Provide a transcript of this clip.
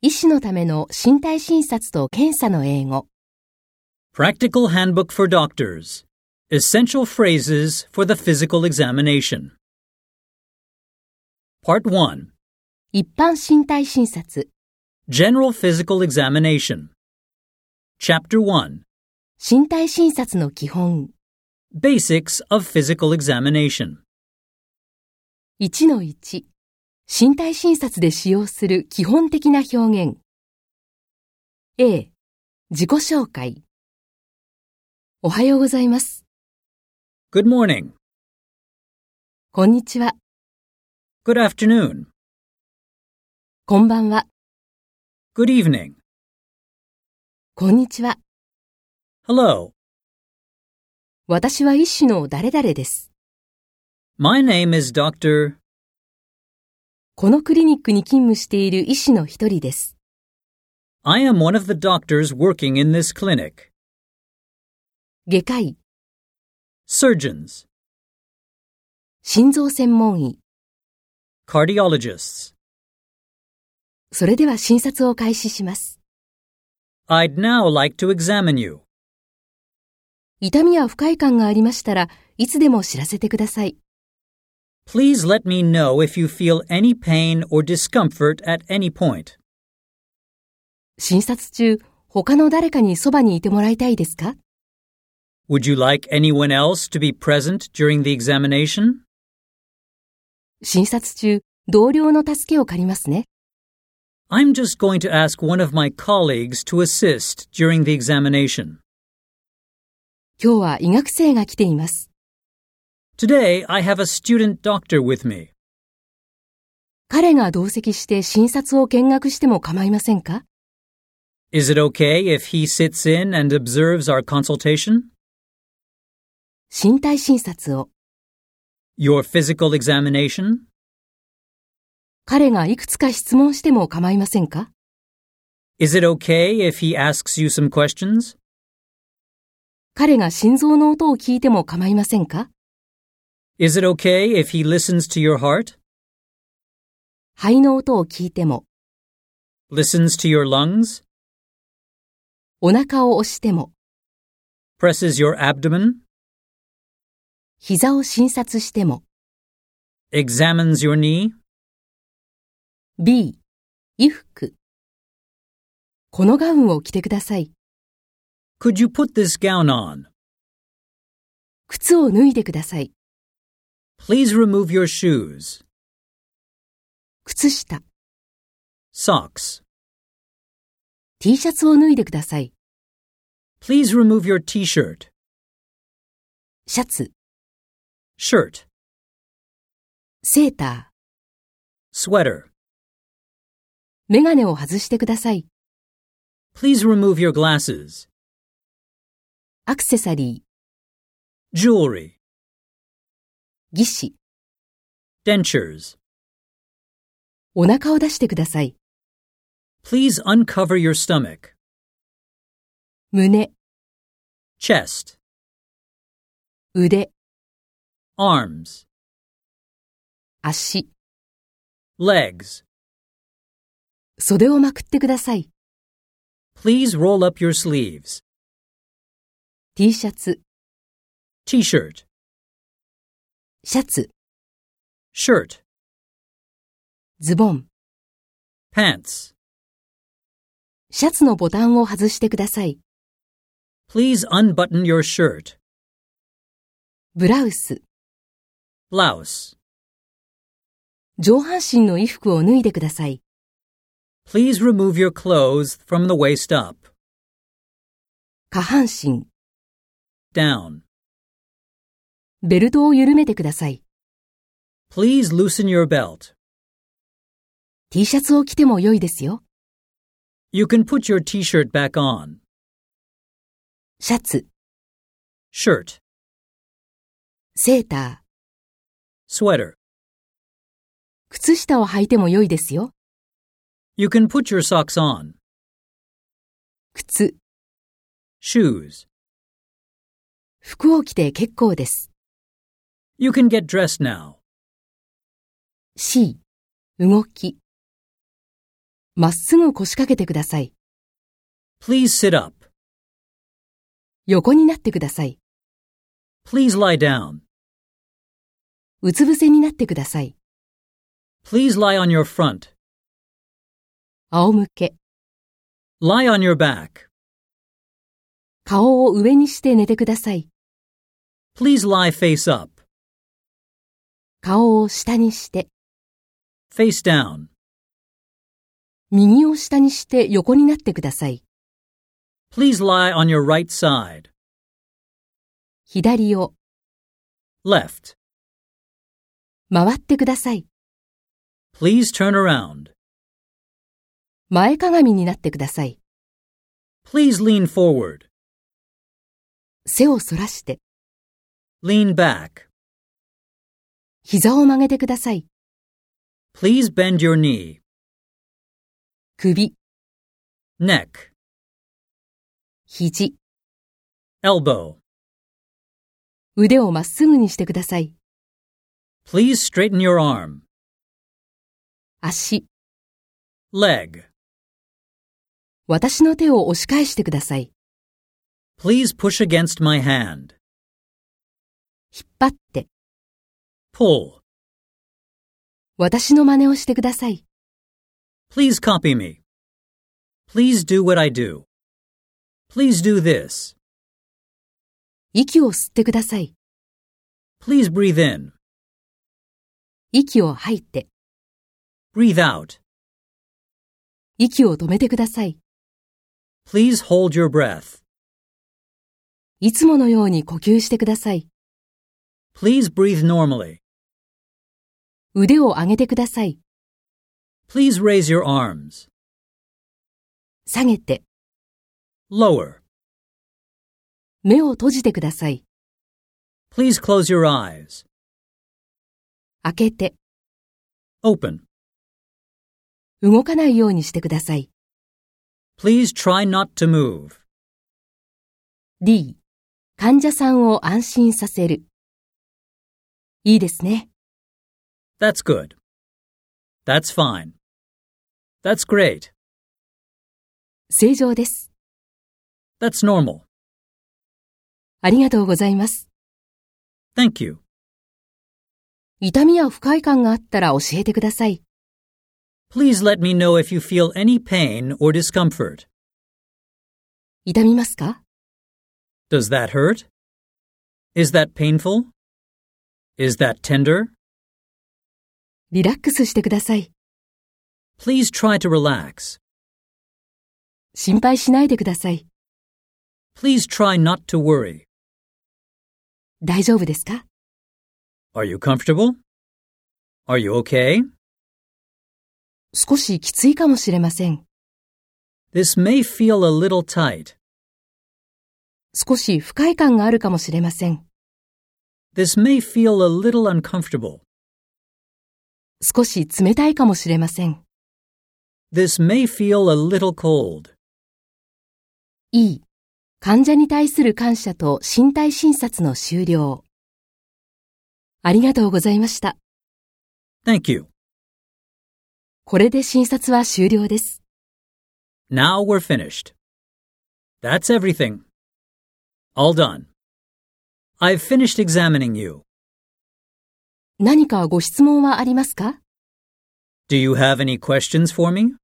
医師のための身体診察と検査の英語。 Practical Handbook for Doctors Essential Phrases for the Physical Examination. Part 1一般身体診察。 General Physical Examination. Chapter 1身体診察の基本。 Basics of Physical Examination. 1の1。身体診察で使用する基本的な表現。A、自己紹介。おはようございます。 Good morning. こんにちは。 Good afternoon. こんばんは。 Good evening. こんにちは。 Hello. 私は医師の誰々です。 My name is Dr. このクリニックに勤務している医師の一人です。 I am one of the doctors working in this clinic. 外科医、 Surgeons. 心臓専門医。 Cardiologists. それでは診察を開始します。 I'd now like to examine you. 痛みや不快感がありましたらいつでも知らせてください。 Please let me know if you feel any pain or discomfort at any point. 診察中、他の誰かにそばにいてもらいたいですか Would you like anyone else to be present during the examination? 診察中、同僚の助けを借りますね。 I'm just going to ask one of my colleagues to assist during the examination. 今日は医学生が来ています。 Today, I have a student doctor with me. 彼が同席して診察を見学しても構いませんか Is it okay if he sits in and observes our consultation? 身体診察を。 Your physical examination? 彼がいくつか質問しても構いませんか Is it okay if he asks you some questions? 彼が心臓の音を聞いても構いませんか Is it okay if he listens to your heart? 肺の音を聞いても、 Listens to your lungs? お腹を押しても、 presses your abdomen, 膝を診察しても。 examines your knee, B、衣服。このガウンを着てください。 could you put this gown on? 靴を脱いでください。 Please remove your shoes, 靴下、 socks. T シャツを脱いでください。 Please remove your t-shirt, シャツ、 shirt, セータ sweater. ー、メガネを外してください。 Please remove your glasses, アクセサリ jewelry, ー、義肢、 dentures. お腹を出してください。 Please uncover your stomach, 胸、 chest, 腕、 arms, 足、 legs. 袖をまくってください。 Please roll up your sleeves, T シャツ、 t-shirt, シャツ、 shirt, ズボン、 pants. シャツのボタンを外してください。 Please unbutton your shirt, ブラウス、 blouse. 上半身の衣服を脱いでください。 Please remove your clothes from the waist up, 下半身、 down. ベルトを緩めてください。 Please loosen your belt. T シャツを着ても良いですよ。 You can put your t shirt back on. シャツ、 Shirt, セータ sweater. ー、靴下を履いても良いですよ。 You can put your socks on. 靴、 Shoes. 服を着て結構です。 You can get dressed now. C、動き。まっすぐ腰掛けてください。 Please sit up. 横になってください。 Please lie down. うつ伏せになってください。 Please lie on your front. 仰向け。 Lie on your back. 顔を上にして寝てください。 Please lie face up. 顔を下にして、 Face down. 右を下にして横になってください。 Please lie on your right side. 左を Left. 回ってください。 Please turn around. 前かがみになってください。 Please lean forward. 背を反らして、 Lean back. 膝を曲げてください。 Please bend your knee. 首、 Neck. 肘、 Elbow. 腕をまっすぐにしてください。 Please straighten your arm. 足、 Leg. 私の手を押し返してください。 Please push against my hand. 引っ張って、 Pull. 私の真似をしてください。 Please copy me. Please do what I do. Please do this. 息を吸ってください。 Please breathe in. 息を吐いて、 Breathe out. 息を止めてください。 Please hold your breath. いつものように呼吸してください。 Please breathe normally. 腕を上げてください。 Please raise your arms. 下げて、 Lower. 目を閉じてください。 Please close your eyes. 開けて、 Open. 動かないようにしてください。 Please try not to move. D、患者さんを安心させる。いいですね。 That's good. That's fine. That's great. 正常です。 That's normal. ありがとうございます。 Thank you. 痛みや不快感があったら教えてください。 Please let me know if you feel any pain or discomfort. 痛みますか Does that hurt? Is that painful? Is that tender? リラックスしてください。 Please try to relax. 心配しないでください。 Please try not to worry. 大丈夫ですか Are you comfortable? Are you okay? 少しきついかもしれません。 This may feel a little tight. 少し不快感があるかもしれません。 This may feel a little uncomfortable. 少し冷たいかもしれません。 This may feel a little cold. E、患者に対する感謝と身体診察の終了。ありがとうございました。 Thank you. これで診察は終了です。 Now we're finished. That's everything. All done. I've finished examining you. 何かご質問はありますか Do you have any questions for me?